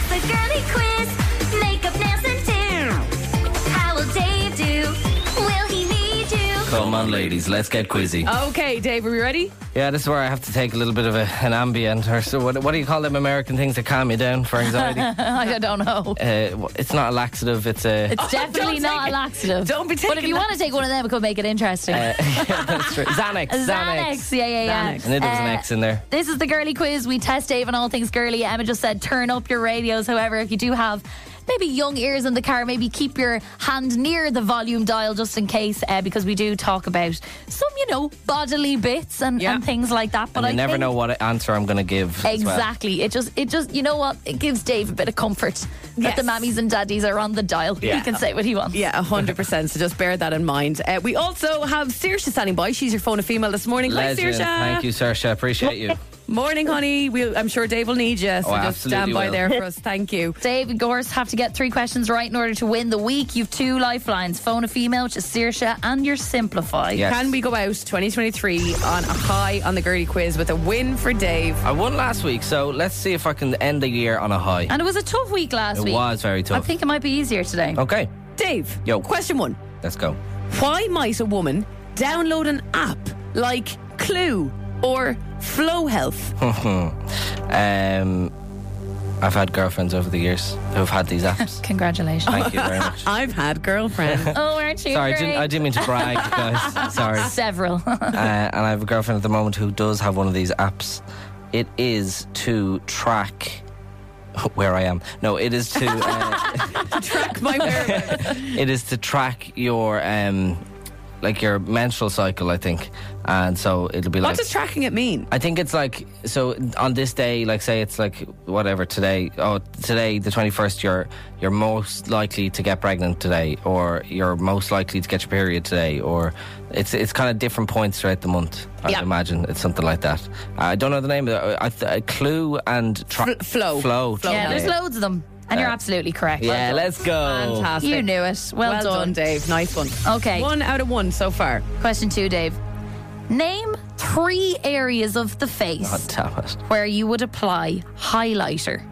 girly quiz. Makeup, nails, and do. How will Dave do? Will he need you? Come on, ladies, let's get quizzy. Okay, Dave, are we ready? Yeah, this is where I have to take a little bit of a, an ambient, or so what, what do you call them American things that calm you down for anxiety? uh, I don't know. wh- it's not a laxative, it's a. It's definitely Oh, don't not take a it. laxative. Don't be But if taking you that. want to take one of them, it could make it interesting. That's true. Xanax, Uh, Xanax. Xanax. Yeah, yeah, yeah. I knew there was an Uh, X in there. This is the girly quiz. We test Dave on all things girly. Emma just said turn up your radios. However, if you do have maybe young ears in the car, maybe keep your hand near the volume dial just in case, uh, because we do talk about some, you know, bodily bits and, Yeah. and things like that. But And I you never think- know what answer I'm going to give. as well. Exactly. It just, it just, you know what? It gives Dave a bit of comfort that Yes. the mammies and daddies are on the dial. Yeah. He can say what he wants. Yeah, 100%. so just bear that in mind. Uh, we also have Saoirse standing by. She's your phone a female this morning. Hi, Legend. Saoirse. Thank you, Saoirse. Appreciate you. Morning, honey. We'll, I'm sure Dave will need you. So Oh, just stand absolutely by will. there for us. Thank you. Dave and Gorse have to get three questions right in order to win the week. You've two lifelines: phone a female, which is Saoirse, and your simplify. Yes. Can we go out 2023 on a high on the girly quiz with a win for Dave? I won last week, so let's see if I can end the year on a high. And it was a tough week last It week. was Oh. very Ah, I tough. think it might be easier today. Okay, Dave, Yo. question one. let's go. Why might a woman download an app like Clue or Flow Health? Um, I've had girlfriends over the years who've had these apps. Congratulations. Thank you very much. I've had girlfriend. oh, aren't you? Sorry, I great? didn't, I didn't mean to brag, guys. Sorry. Uh, Several. and I have a girlfriend at the moment who does have one of these apps. It is to track where I am. No, it is to. Uh, Track my whereabouts. It is to track your um like your menstrual cycle, I think. And so it'll be What like does tracking it mean? I think it's like so on this day, like say it's like whatever today. Oh, today the twenty first. You're you're most likely to get pregnant today, or you're most likely to get your period today, or it's it's kind of different points throughout the month. I Yeah. imagine it's something like that. I don't know the name. Of it. I, th- uh, clue and tra- Fl- flow. flow. Flow. yeah, there's yeah. loads of them, and you're absolutely correct. Yeah, let's go. Fantastic. You knew it. Well, Well done, Dave. Nice one. Okay. One out of one so far. Question two, Dave. Name three areas of the face God damn it. where you would apply highlighter.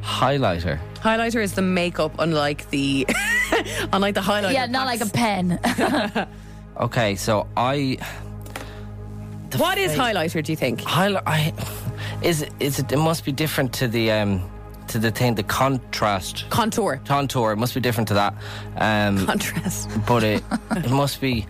Highlighter. Highlighter is the makeup, unlike the unlike the highlighter. yeah, not like packs. a pen. Okay, so I What is highlighter? Do you think? highlight I, is is it, it must be different to the um to the thing the contrast Contour, contour it must be different to that um contrast. but it it must be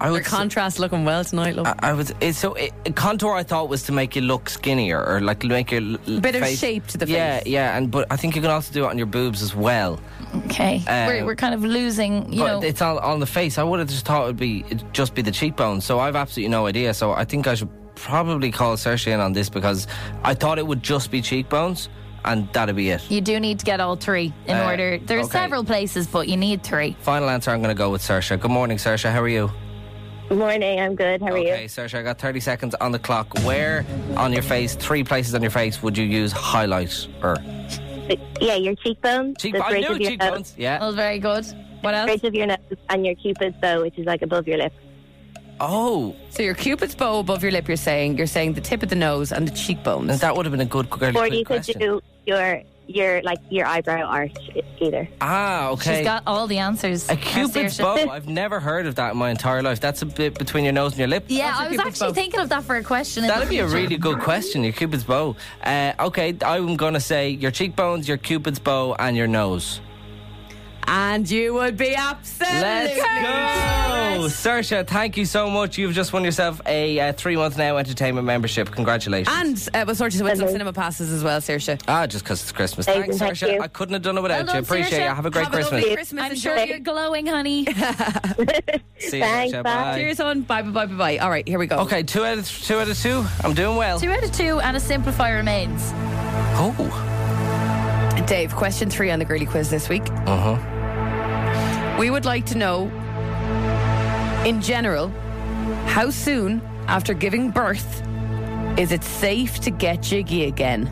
I Your would say- contrast looking well tonight, love. I would it, so it, contour I thought was to make you look skinnier or like make your l- Bit of face- shape to the yeah face. yeah and but I think you can also do it on your boobs as well okay. we're, we're kind of losing, you Um, but know. it's all on the face I would have just thought it'd be it'd just be the cheekbone so I've absolutely no idea so I think I should probably call Saoirse in on this because I thought it would just be cheekbones and that'd be it You do need to get all three in Uh, order. There are okay. several places, but you need three. Final answer I'm going to go with Sersha. Good morning, Sersha. How are you? Morning, I'm good. How are Okay, Sersha, I got 30 seconds on the clock. Where on your face, three places on your face, would you use highlight or you? Yeah, your cheekbones, cheek- the I bridge knew of your cheekbones? nose, That Yeah. was very good. What else? bridge of your nose, and your cupid's bow, which is like above your lip. Oh, So your cupid's bow above your lip. You're saying you're saying the tip of the nose and the cheekbones. that would have been a good girly Or quick you could question. do your your like your eyebrow arch e- either. Ah, okay. She's got all the answers. a Our cupid's Saoirse. bow. I've never heard of that in my entire life. That's a bit between your nose and your lip. Yeah, What's a I was cupid's actually bow? thinking of that for a question. in That'd the be a future. really good question, your cupid's bow. Uh, okay, I'm going to say your cheekbones, your cupid's bow, and your nose. And you would be absolutely. Let's go! Sersha, thank you so much. You've just won yourself a uh, three month now entertainment membership. Congratulations. And uh, we'll sort you with some Hello. cinema passes as well, Saoirse. ah, just because it's Christmas. Amazing, Thanks, thank Sersha. you. I couldn't have done it without Well you. done, Appreciate Saoirsa. you. Have a great Have a Christmas. lovely Christmas. I'm Enjoy sure it. you're glowing, honey. See you, Thanks, Saoirse. bye. Bye. Cheers on. Bye bye bye bye bye. All right, here we go. Okay, two out of th- two out of two. I'm doing well. two out of two, and a simplifier remains. Oh, Dave, question three on the girly quiz this week. Uh huh. We would like to know, in general, how soon after giving birth is it safe to get jiggy again?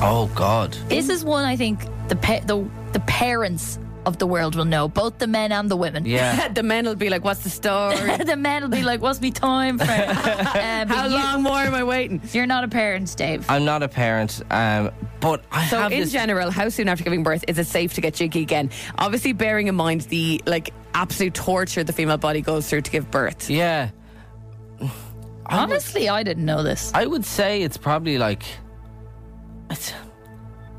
oh God. This is one I think the pa- the the parents of the world will know, both the men and the women. Yeah. the men will be like, what's the story? the men will be like, "What's me time for?" Uh, but How you, long more am I waiting? You're not a parent, Dave. I'm not a parent, um, but I So have in this. general, how soon after giving birth is it safe to get jiggy again? Obviously, bearing in mind the like absolute torture the female body goes through to give birth. yeah, Honestly, I didn't know this. I would say it's probably like. It's,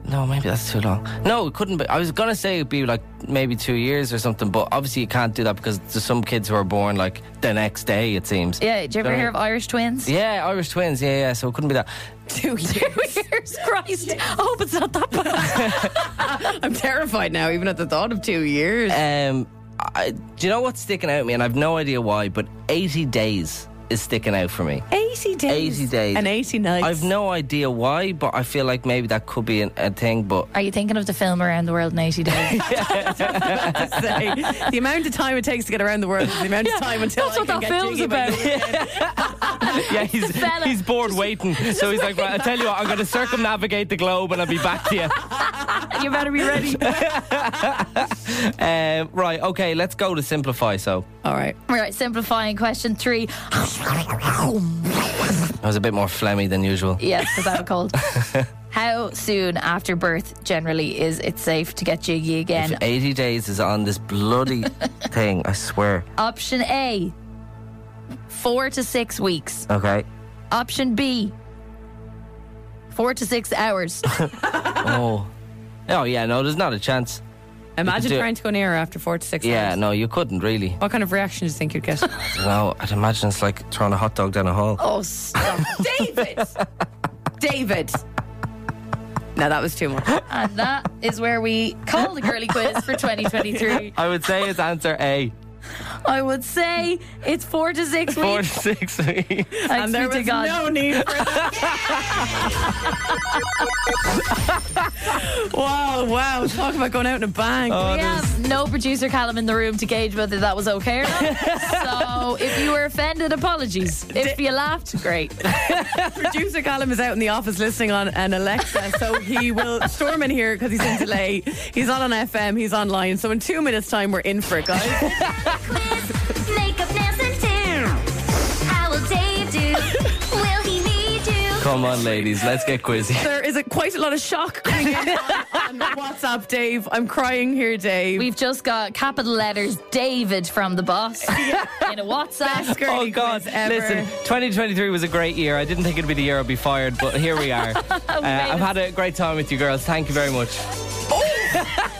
no, maybe that's too long. No, it couldn't be. I was gonna say it'd be like maybe two years or something, but obviously you can't do that because there's some kids who are born like the next day. It seems. Yeah, did you ever Don't- hear of Irish twins? Yeah, Irish twins. Yeah, yeah. So it couldn't be that. Two years. Years, Christ. I hope it's not that bad. I'm terrified now, even at the thought of two years. Um, I, do you know what's sticking out at me? And I've no idea why, but 80 days is sticking out for me. 80 days. 80 days. And 80 nights. I've no idea why, but I feel like maybe that could be an, a thing. But Are you thinking of the film Around the World in 80 Days? to say. the amount of time it takes to get around the world is the amount of time until that's I what can that get film's jiggy by about. doing it. yeah, he's, fella. he's bored waiting. So he's like, right, I tell you what, I'm going to circumnavigate the globe and I'll be back to you. you better be ready. Um, right, okay, let's go to simplify. So All right. Right, simplifying question three. I was a bit more phlegmy than usual. Yes, because I have a cold. How soon after birth generally is it safe to get jiggy again? 80 days is on this bloody thing, I swear. Option A, four to six weeks. Okay. Option B, four to six hours. Oh. Oh, yeah, no, there's not a chance. Imagine do it. trying to go near her after four to six Yeah, hours. no, you couldn't really. What kind of reaction do you think you'd get? No, I'd imagine it's like throwing a hot dog down a hole. oh, stop. David! David! Now that was too much. and that is where we call the girly quiz for 2023. I would say it's answer A. I would say it's four to six Four to weeks. six weeks. Thanks and there be to was God. no need for that. wow, wow. Talk about going out in a bang. Oh. we have no producer Callum in the room to gauge whether that was okay or not. so if you were offended, apologies. If you laughed, great. Producer Callum is out in the office listening on an Alexa, so he will storm in here because he's in delay. He's not on FM, he's online. So in two minutes' time, we're in for it, guys. Makeup, nails, and two. How will Dave do? Will he need you? Come on, ladies, let's get quizzy. there is a, quite a lot of shock coming in on, on WhatsApp, Dave. I'm crying here, Dave. We've just got capital letters David from the boss in a WhatsApp. Best Oh girly God! quiz ever. Listen, 2023 was a great year. I didn't think it'd be the year I'd be fired, but here we are. Uh, I've had a great time with you girls. Thank you very much.